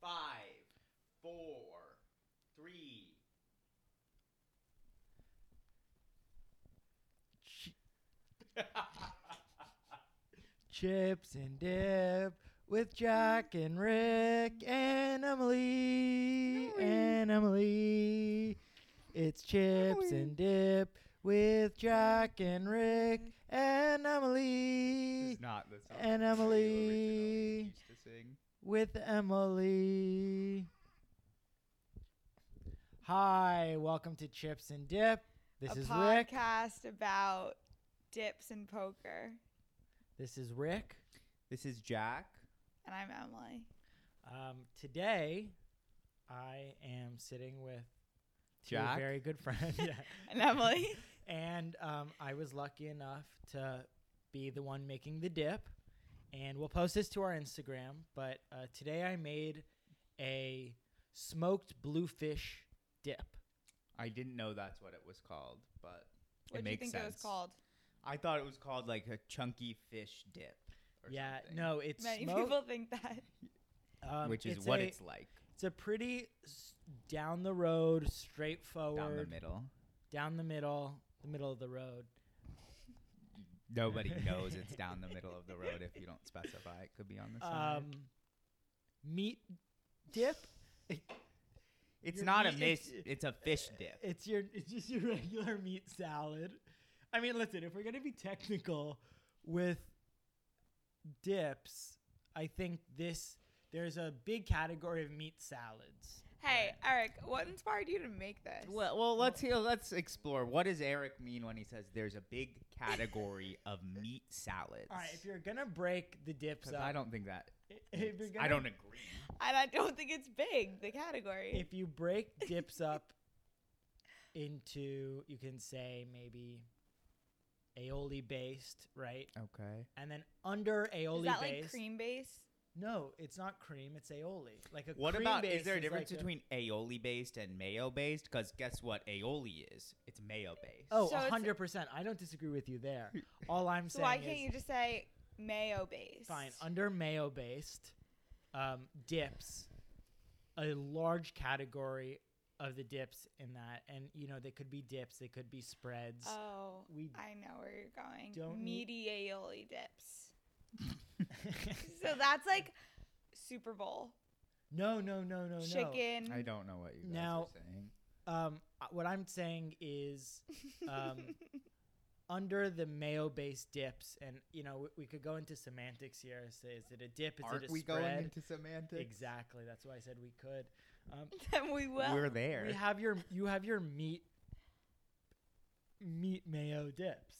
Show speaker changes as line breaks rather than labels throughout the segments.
Five, four, three.
Chips and dip with Jack and Rick and Emily and Emily. It's chips and dip with Jack and Rick
Mm-hmm.
and Emily
It's not. That's not
and
what you
Emily.
originally used to sing.
with Emily. Hi, welcome to Chips and Dip. This
a
is Rick.
podcast about dips and poker,
This is Rick.
This is Jack.
and I'm Emily.
Um, today, I am sitting with two
Jack?
very good friends, yeah.
And Emily,
and um, I was lucky enough to be the one making the dip. And we'll post this to our Instagram. But uh, today, I made a smoked bluefish dip.
I didn't know that's what it was called, but
what
it
do you
makes
think
sense.
it was called?
I thought it was called like a chunky fish dip. Or
yeah,
something,
no, it's
Many
smoked.
people think that.
um,
which is what
a-
it's like
It's a pretty s- down the road, straightforward,
down the middle.
down the middle, the middle of the road.
Nobody knows it's down the middle of the road if you don't specify. It could be on the side.
um, meat dip.
it's
your
not a
meat-
miss.
it's-
It's a fish dip.
It's your it's just your regular meat salad. I mean, listen, if we're gonna be technical with dips, I think this there's a big category of meat salads.
Hey, Eric, what inspired you to make this?
Well, well, let's hear, let's explore. What does Eric mean when he says there's a big category of meat salads?
All right, if you're gonna break the dips
'Cause
up,
I don't think that.
If you're gonna,
I don't agree.
and I don't think it's big. The category.
if you break dips up into you can say maybe aioli based right
Okay.
and then under aioli
is that
based
like cream base?
no it's not cream it's aioli like a
What
cream
about
base
is there a difference
like
between aioli based and mayo based? Because guess what, aioli is it's mayo based.
oh
So it's-
100% i don't disagree with you there all i'm
So
saying
why can't
is
you just say mayo base?
fine under mayo based um, dips a large category of the dips in that and you know they could be dips they could be spreads
Oh,
We
I know where you're going.
don't need-
Meaty aioli dips. so that's like Super Bowl
no no Oh, no no no
chicken.
I don't know what you guys
Now-
are saying.
Um, uh, what I'm saying is, um, under the mayo-based dips, and you know, we, we could go into semantics here. Is, is it a dip? Is it a spread?
semantics?
exactly. That's why I said we could. Um,
Then we will.
We're there.
we have your you have your meat meat mayo dips.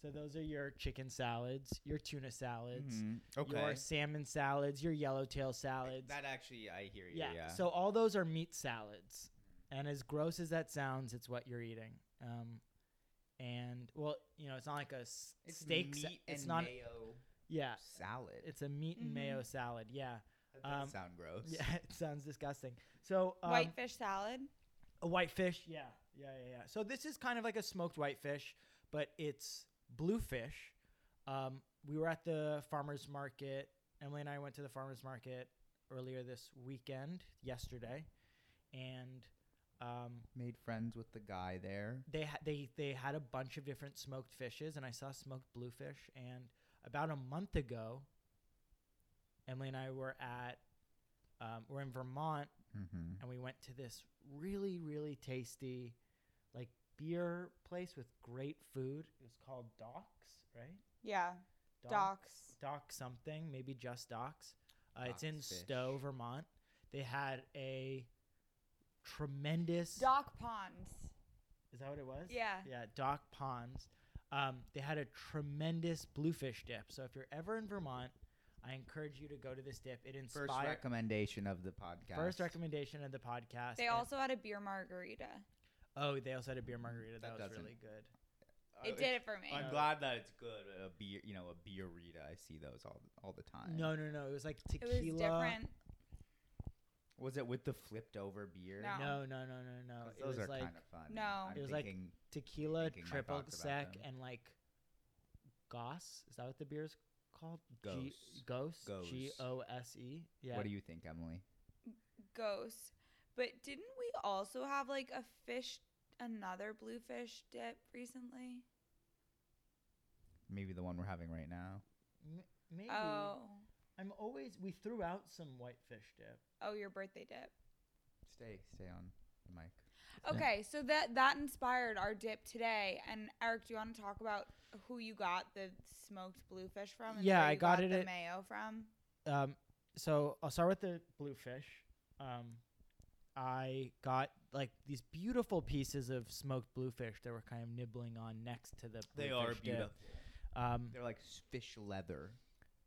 So those are your chicken salads, your tuna salads,
Mhm.
your
Okay.
salmon salads, your yellowtail salads.
That actually, I hear you.
Yeah.
Yeah.
So all those are meat salads, and as gross as that sounds, it's what you're eating. Um, and well, you know, it's not like a s-
it's
steak. sa-
meat
it's
and
not.
mayo Mm-hmm.
Yeah,
salad.
it's a meat and mayo salad. Yeah.
that does
um,
sound gross.
Yeah, it sounds disgusting. So um,
Whitefish salad.
a whitefish. Yeah, yeah, yeah, yeah. So this is kind of like a smoked whitefish, but it's bluefish. Um, we were at the farmers market. Emily and I went to the farmers market earlier this weekend, yesterday, and um,
Made friends with the guy there.
they ha- they they had a bunch of different smoked fishes, and I saw smoked bluefish. And about a month ago, Emily and I were at um, we're in Vermont,
Mm-hmm.
and we went to this really really tasty like beer place with great food. It was called Docks, right?
Yeah.
Doc-
Docs.
Doc something, maybe just Docs. Uh, it's
Doc's
in
fish.
Stowe, Vermont. They had a tremendous
Doc ponds.
Is that what it was?
Yeah.
Yeah, Doc Ponds. Um, they had a tremendous bluefish dip. So if you're ever in Vermont, I encourage you to go to this dip. It inspires
First recommendation of the podcast.
first recommendation of the podcast.
They
And-
also had a beer margarita.
oh, they also had a beer margarita that,
That
was
doesn't-
really good. Uh,
It did it for me.
Oh, I'm glad that it's good. A beer, you know, a beer Rita. I see those all all the time.
No, no, no. It was like
It
tequila.
was different.
was it with the flipped over beer?
No.
No, no, no, no, no.
'Cause
It
those
was
are
like
kind of fun.
No.
I'm
It was like-
thinking,
tequila,
thinking my
triple
thoughts about
sec,
them.
and like Goss. Is that what the beer's called? G-
Gose.
Gose.
Gose.
G O S E. Yeah.
What do you think, Emily?
ghosts. But didn't we also have like a fish, another bluefish dip recently?
Maybe the one we're having right now.
M- maybe.
Oh,
I'm always. We threw out some whitefish dip.
oh, your birthday dip.
Stay, stay on the mic. Yeah.
Okay, so that that inspired our dip today. And Eric, do you want to talk about who you got the smoked bluefish from? And
Yeah,
where
I
you
got it
the
at-
mayo from.
um, so I'll start with the bluefish. Um, I got like these beautiful pieces of smoked bluefish that were kind of nibbling on next to the.
They
bluefish
are
dip.
beautiful.
Um,
They're like s- fish leather.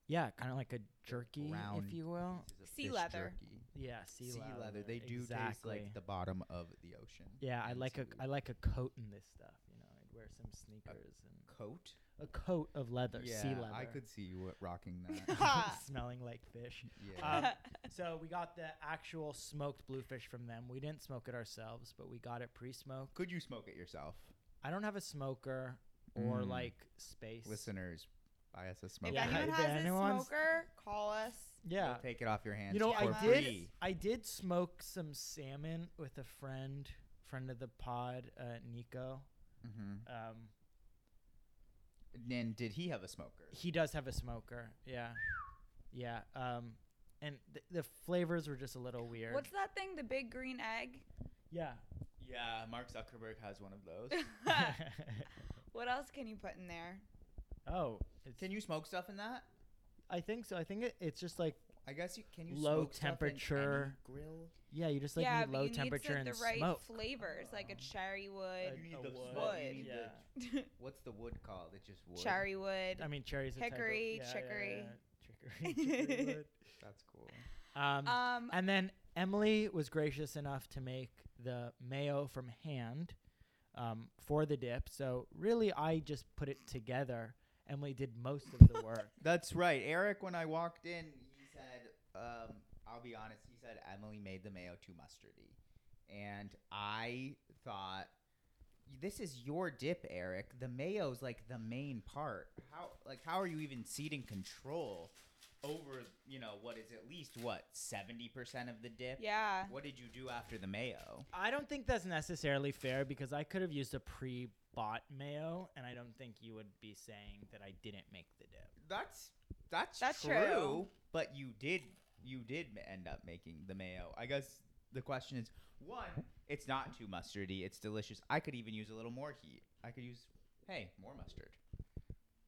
yeah, kind of like a jerky,
round
if you will.
pieces of
Sea
fish
leather.
jerky.
Yeah, Oh. sea,
Sea leather. They do taste
exactly.
like the bottom of the ocean.
Yeah, I
and
like a
seaweed.
I like a coat in this stuff. You know, I'd wear some sneakers and
coat.
a coat of leather,
yeah,
sea leather. Um,
I could see you rocking that.
smelling like fish.
yeah.
Um, so we got the actual smoked bluefish from them. We didn't smoke it ourselves, but we got it pre-smoked.
Could you smoke it yourself?
I don't have a smoker or
Mm.
like space.
Listeners, buy us a
if
smoker.
Yeah,
anyone
if
has
anyone's-
a smoker, call us.
yeah.
We'll take it off your hands.
You know, I
for
Yeah.
did.
free.
I did smoke some salmon with a friend, friend of the pod, uh, Nico.
Mhm.
Um,
And did he have a smoker?
he does have a smoker. Yeah, yeah. Um, and th- the flavors were just a little weird.
What's that thing? The big green egg.
yeah.
Yeah, Mark Zuckerberg has one of those.
what else can you put in there?
oh, it's,
Can you smoke stuff in that?
I think so. I think it, it's just like
I guess you can you
Low
smoke stuff in any
temperature.
grill.
yeah, you just like
yeah,
need
but
low
you
temperature
need
and
some- the right
smoke.
flavors, like a cherry
A-
wood,
Uh, You need
a
the
wood.
smoke, you
need the
yeah.
What's the wood called? It's just wood.
cherry wood.
I mean, cherries.
Hickory,
a type of,
chicory.
yeah, yeah, yeah. Chicory, chicory wood.
That's cool.
Um,
Um,
and then Emily was gracious enough to make the mayo from hand um, for the dip. So really, I just put it together. Emily did most of the work.
That's right. Eric, when I walked in, he said, um, I'll be honest, he said Emily made the mayo too mustardy. And I thought, this is your dip, Eric. The mayo's like the main part. How like how are you even seating control over, you know, what is at least what, 70% of the dip?
yeah.
What did you do after the mayo?
I don't think that's necessarily fair because I could have used a pre-bought mayo, and I don't think you would be saying that I didn't make the dip.
That's that's,
That's
true,
true.
But you did you did ma- end up making the mayo. I guess the question is one, it's not too mustardy. It's delicious. I could even use a little more heat. I could use hey more mustard.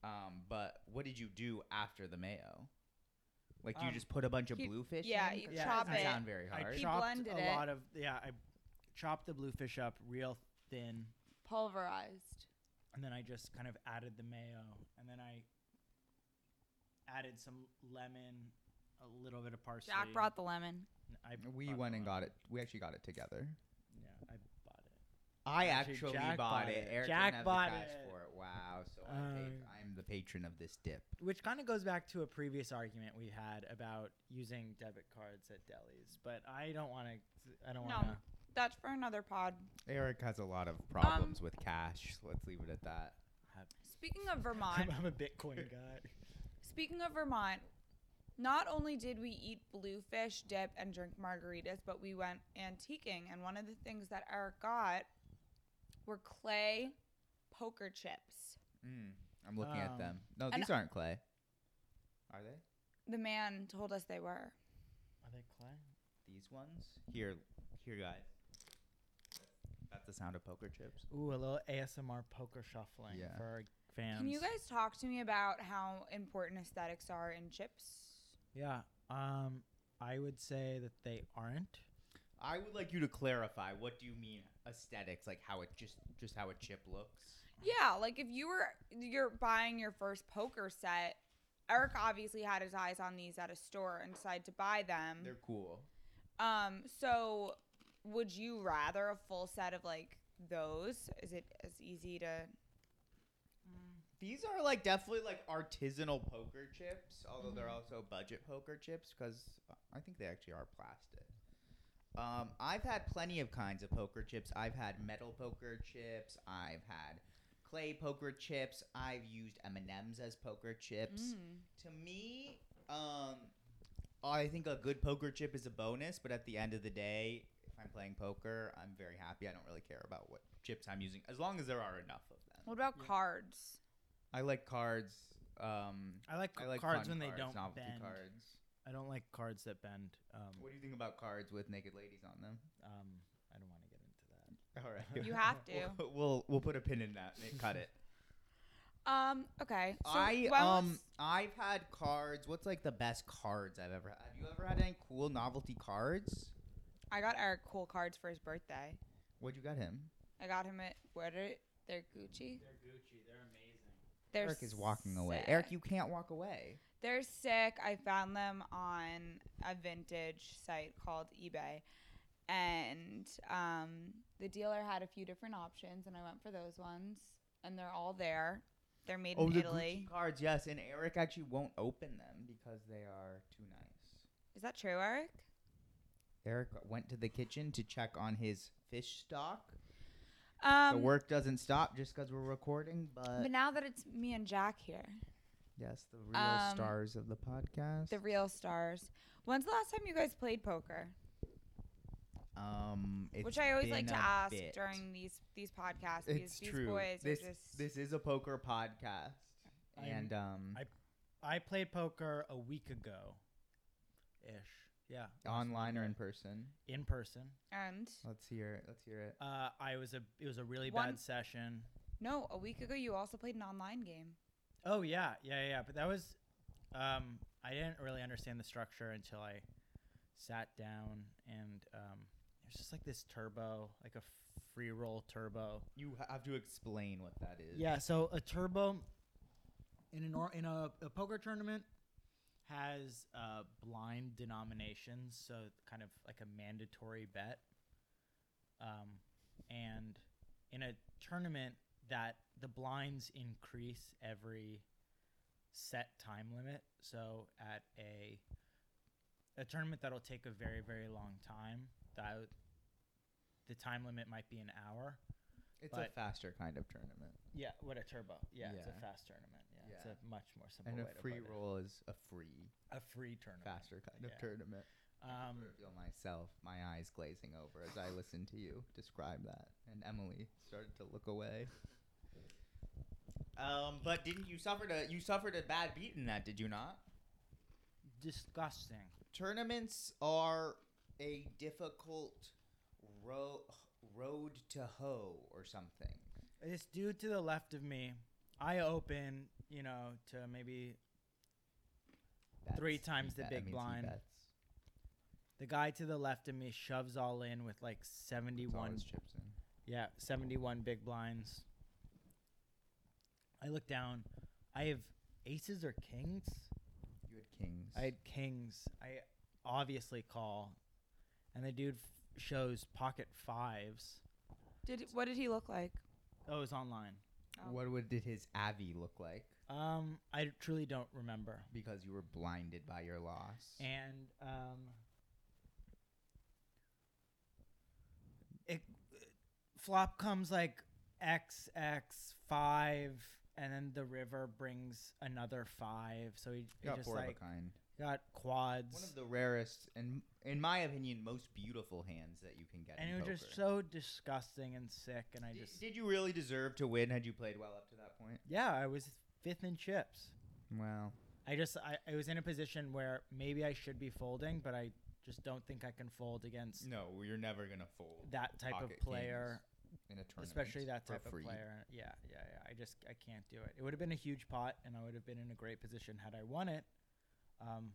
Um, but what did you do after the mayo? Like you
Um,
just put a bunch of
you-
bluefish.
yeah,
in?
you
'Cause
Yeah,
that
chop
doesn't
it.
Sound very hard.
I
He
chopped
blended
a
it.
lot of yeah. I chopped the bluefish up real thin,
Pulverized.
and then I just kind of added the mayo, and then I added some lemon, a little bit of parsley.
Jack brought the lemon.
N- I
we
bought
went
the
and got
lemon.
it. We actually got it together.
Yeah, I bought it.
I
Actually,
actually
Jack
bought,
bought
it.
it.
Eric
Jack
didn't have
bought
the cash
it.
for it. Wow. So I take,
Um,
I'm the patron of this dip.
Which kind of goes back to a previous argument we had about using debit cards at delis, but I don't want to. I don't
No.
want to.
That's for another pod.
Eric has a lot of problems with cash. Let's leave it at that.
Speaking of Vermont,
I'm, I'm a Bitcoin guy.
speaking of Vermont, not only did we eat bluefish dip and drink margaritas, but we went antiquing. And one of the things that Eric got were clay poker chips.
Mm, I'm looking at
Um,
them. No,
and-
these aren't clay. Are they?
The man told us they were.
Are they clay?
These ones? Here, here, guys. That's the sound of poker chips.
Ooh, a little ASMR poker shuffling
Yeah.
for our fans.
Can you guys talk to me about how important aesthetics are in chips?
Yeah. Um, I would say that they aren't.
I would like you to clarify. What do you mean aesthetics? Like how it just just how a chip looks?
Yeah, like if you were you're buying your first poker set, Eric obviously had his eyes on these at a store and decided to buy them.
They're cool.
Um, so would you rather a full set of like those? Is it as easy to
These are like definitely like artisanal poker chips, although they're also budget poker chips because I think they actually are plastic. Um, I've had plenty of kinds of poker chips. I've had metal poker chips. I've had clay poker chips.
Mm.
I've used M and M's as poker chips. To me, um, I think a good poker chip is a bonus, but at the end of the day, if I'm playing poker, I'm very happy. I don't really care about what chips I'm using, as long as there are enough of them.
What about
Yeah.
cards?
I like cards. Um,
I like,
I like
cards
fun
when they
cards,
don't
novelty
bend.
cards.
I don't like cards that bend. Um,
What do you think about cards with naked ladies on them?
um, I don't want to get into that.
All
You
have to.
We'll, we'll we'll put a pin in that. Nick, Cut it.
Um. Okay. So
I
when was-
um I've had cards. What's like the best cards I've ever had? Have you ever had any cool novelty cards?
I got Eric cool cards for his birthday.
What'd you get him?
I got him at what are they're Gucci.
They're Gucci. They're amazing.
They're
Eric is walking away. Eric,
sick.
you can't walk away.
They're sick. I found them on a vintage site called eBay. And um, the dealer had a few different options, and I went for those ones. And they're all there. They're made in
the
Italy.
Oh, Gucci cards, yes. And Eric actually won't open them because they are too nice.
Is that true, Eric?
Eric went to the kitchen to check on his fish stock. the
Um,
work doesn't stop just because we're recording, but
but now that it's me and Jack here,
yes, the real
um,
stars of the podcast.
the real stars. When's the last time you guys played poker?
um, it's
Which I always
been
like to
a
ask
bit.
during these these podcasts.
It's
because these
true.
boys
this
are just
this is a poker podcast,
I'm-
and um,
I- I played poker a week ago, ish. Yeah. last
online
week.
or in person.
in person.
and
Let's hear it. Let's hear it.
Uh, I was a it was a really
One-
bad session.
no, a week ago you also played an online game.
Oh yeah, yeah, yeah, yeah. But that was, um, I didn't really understand the structure until I sat down and um, it was just like this turbo, like a free roll turbo.
You ha- have to explain what that is.
Yeah, so a turbo in an or, in a, a poker tournament has uh, blind denominations, so kind of like a mandatory bet. Um, and in a tournament that the blinds increase every set time limit. So at a a tournament that'll take a very very long time, that the time limit might be an hour.
it's
but-
a faster kind of tournament,
Yeah, what a turbo. Yeah, it's
Yeah.
a fast tournament. Yeah, it's
Yeah.
a much more simple
and
way
a free
to put
roll is a free
It. A free tournament.
faster kind
Yeah.
of tournament. I
Um,
feel myself, my eyes glazing over as I listened to you describe that, and Emily started to look away. Um, but didn't you suffered a you suffered a bad beat in that? Did you not?
disgusting.
Tournaments are a difficult ro- road to hoe or something.
This dude to the left of me, I open, you know, to maybe Three
Bets.
times
He
the
bet-
big
means he
blind.
bets.
the guy to the left of me shoves all in with like
Puts all
71
his chips in.
Yeah, 71 big blinds. I look down. I have aces or kings?
You had kings.
I had kings. I obviously call. And the dude f- shows pocket fives.
Did what did he look like?
Oh, it was online.
Oh.
what would did his Avi look like?
Um, I truly don't remember.
Because you were blinded by your loss.
And um, it flop comes like X X five, and then the river brings another five. So he, he
got
just
four
like
of a kind.
got quads.
One of the rarest and, in my opinion, most beautiful hands that you can get.
and
in
it was
poker.
just so disgusting and sick. And I
D-
just
did you really deserve to win? Had you played well up to that point?
yeah, I was fifth in chips.
Well,
I just I, I was in a position where maybe I should be folding, but I just don't think I can fold against
no, you're never gonna fold
that type of
Mm. pocket
player.
in a tournament,
especially that
for
type of
free.
player. Yeah, yeah, yeah. I just I can't do it. It would have been a huge pot, and I would have been in a great position had I won it, um,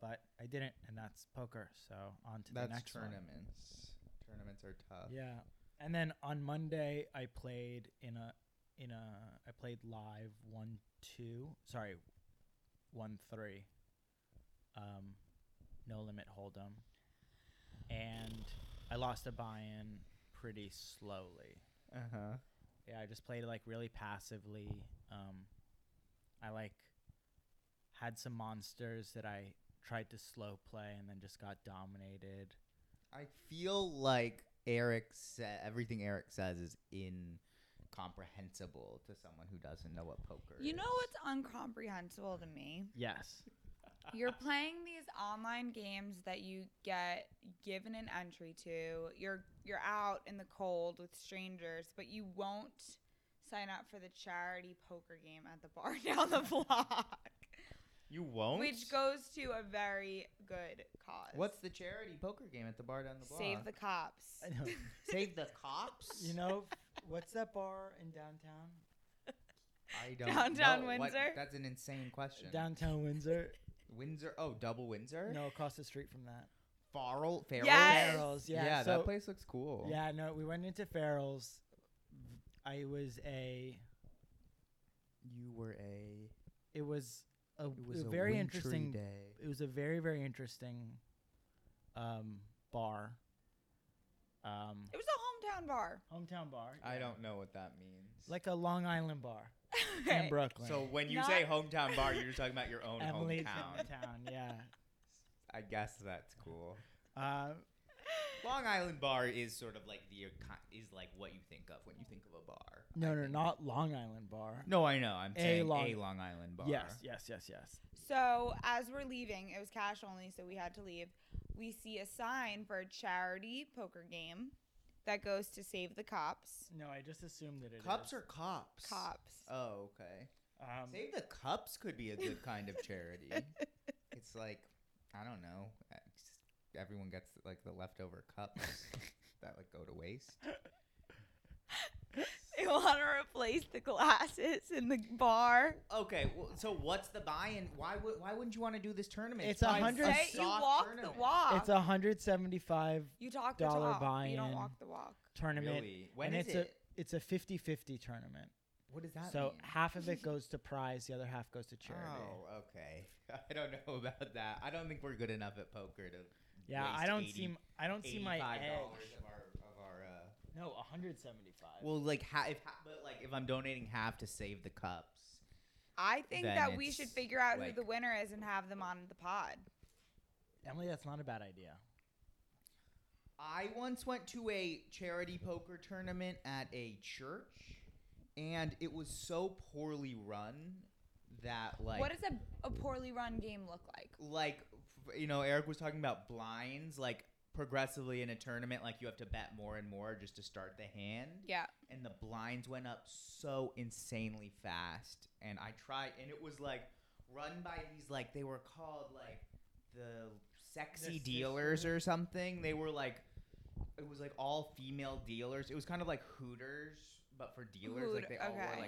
but I didn't, and that's poker. So on to the
That's
next
tournaments. Tournaments are tough.
one. Yeah, and then on Monday I played in a in a I played live one two sorry one three, um, no limit hold'em, and I lost a buy in pretty slowly.
Uh huh.
Yeah, I just played like really passively. Um, I like had some monsters that I tried to slow play and then just got dominated.
I feel like Eric said everything Eric says is incomprehensible to someone who doesn't know what poker.
You know
is.
what's incomprehensible to me
Yes.
You're playing these online games that you get given an entry to. You're you're out in the cold with strangers, but you won't sign up for the charity poker game at the bar down the block,
You won't.
which goes to a very good cause.
What's the charity poker game at the bar down the block?
Save the cops.
I know.
Save the cops.
You know, what's that bar in downtown?
I don't
Downtown
know what-
Windsor?
that's an insane question.
Downtown Windsor.
Windsor. Oh, double Windsor.
No, across the street from that.
Farrell. Farrell's?
Yes.
Farrell's. Yeah. so-
that place looks cool.
Yeah, no, we went into Farrell's. I was a.
You were a.
It was a,
It was
a
a
very
wintry
interesting.
day.
It was a very very interesting, um, bar. Um,
It was a hometown bar.
hometown bar.
I
yeah.
don't know what that means.
like a Long Island bar in
Okay.
Brooklyn.
so when you
Not-
say hometown bar, you're just talking about your own
Emily's
hometown.
hometown. Yeah.
I guess that's cool.
Uh,
Long Island Bar is sort of like the icon- is like what you think of when you think of a bar.
no,
I
no,
think.
not Long Island bar.
No, I know. I'm
A
saying
Long-
a Long Island Bar.
Yes, yes, yes, yes.
So as we're leaving, it was cash only, so we had to leave. We see a sign for a charity poker game that goes to save the cops.
No, I just assumed that it
Cups
is.
or cops?
Cops.
Uh,
Oh, okay.
um,
Save the cups could be a good kind of charity. it's like I don't know. uh, just Everyone gets like the leftover cups that like go to waste.
They want to replace the glasses in the bar.
Okay, well, so what's the buy-in? Why would why wouldn't you want to do this tournament?
It's a
probably
hundred-
Say you
soft
walk
tournament.
the walk.
it's a hundred seventy five
you talk the
dollar
talk. You don't
buy-in.
walk the walk.
tournament.
Really? When
and
is
it's
it?
a it's a 50-50 tournament.
what does that
so
mean?
half of it goes to prize, the other half goes to charity.
Oh, okay. I don't know about that. I don't think we're good enough at poker to.
yeah,
waste
I don't
80
see m- I don't see my
$85
edge.
of our of our. Uh,
No, 175.
well, like ha- if ha- but like if I'm donating half to save the cups.
I think
Then
that we
it's
should figure out
like-
who the winner is and have them on the pod.
Emily, that's not a bad idea.
I once went to a charity poker tournament at a church, and it was so poorly run that like
what does a, a poorly run game look like?
like f- you know Eric was talking about blinds like progressively in a tournament like you have to bet more and more just to start the hand
Yeah.
and the blinds went up so insanely fast and I tried and it was like run by these like they were called like the sexy
The
dealers
sister-
or something they were like it was like all female dealers it was kind of like hooters but for dealers
Hoot-
like they all wore
okay.
like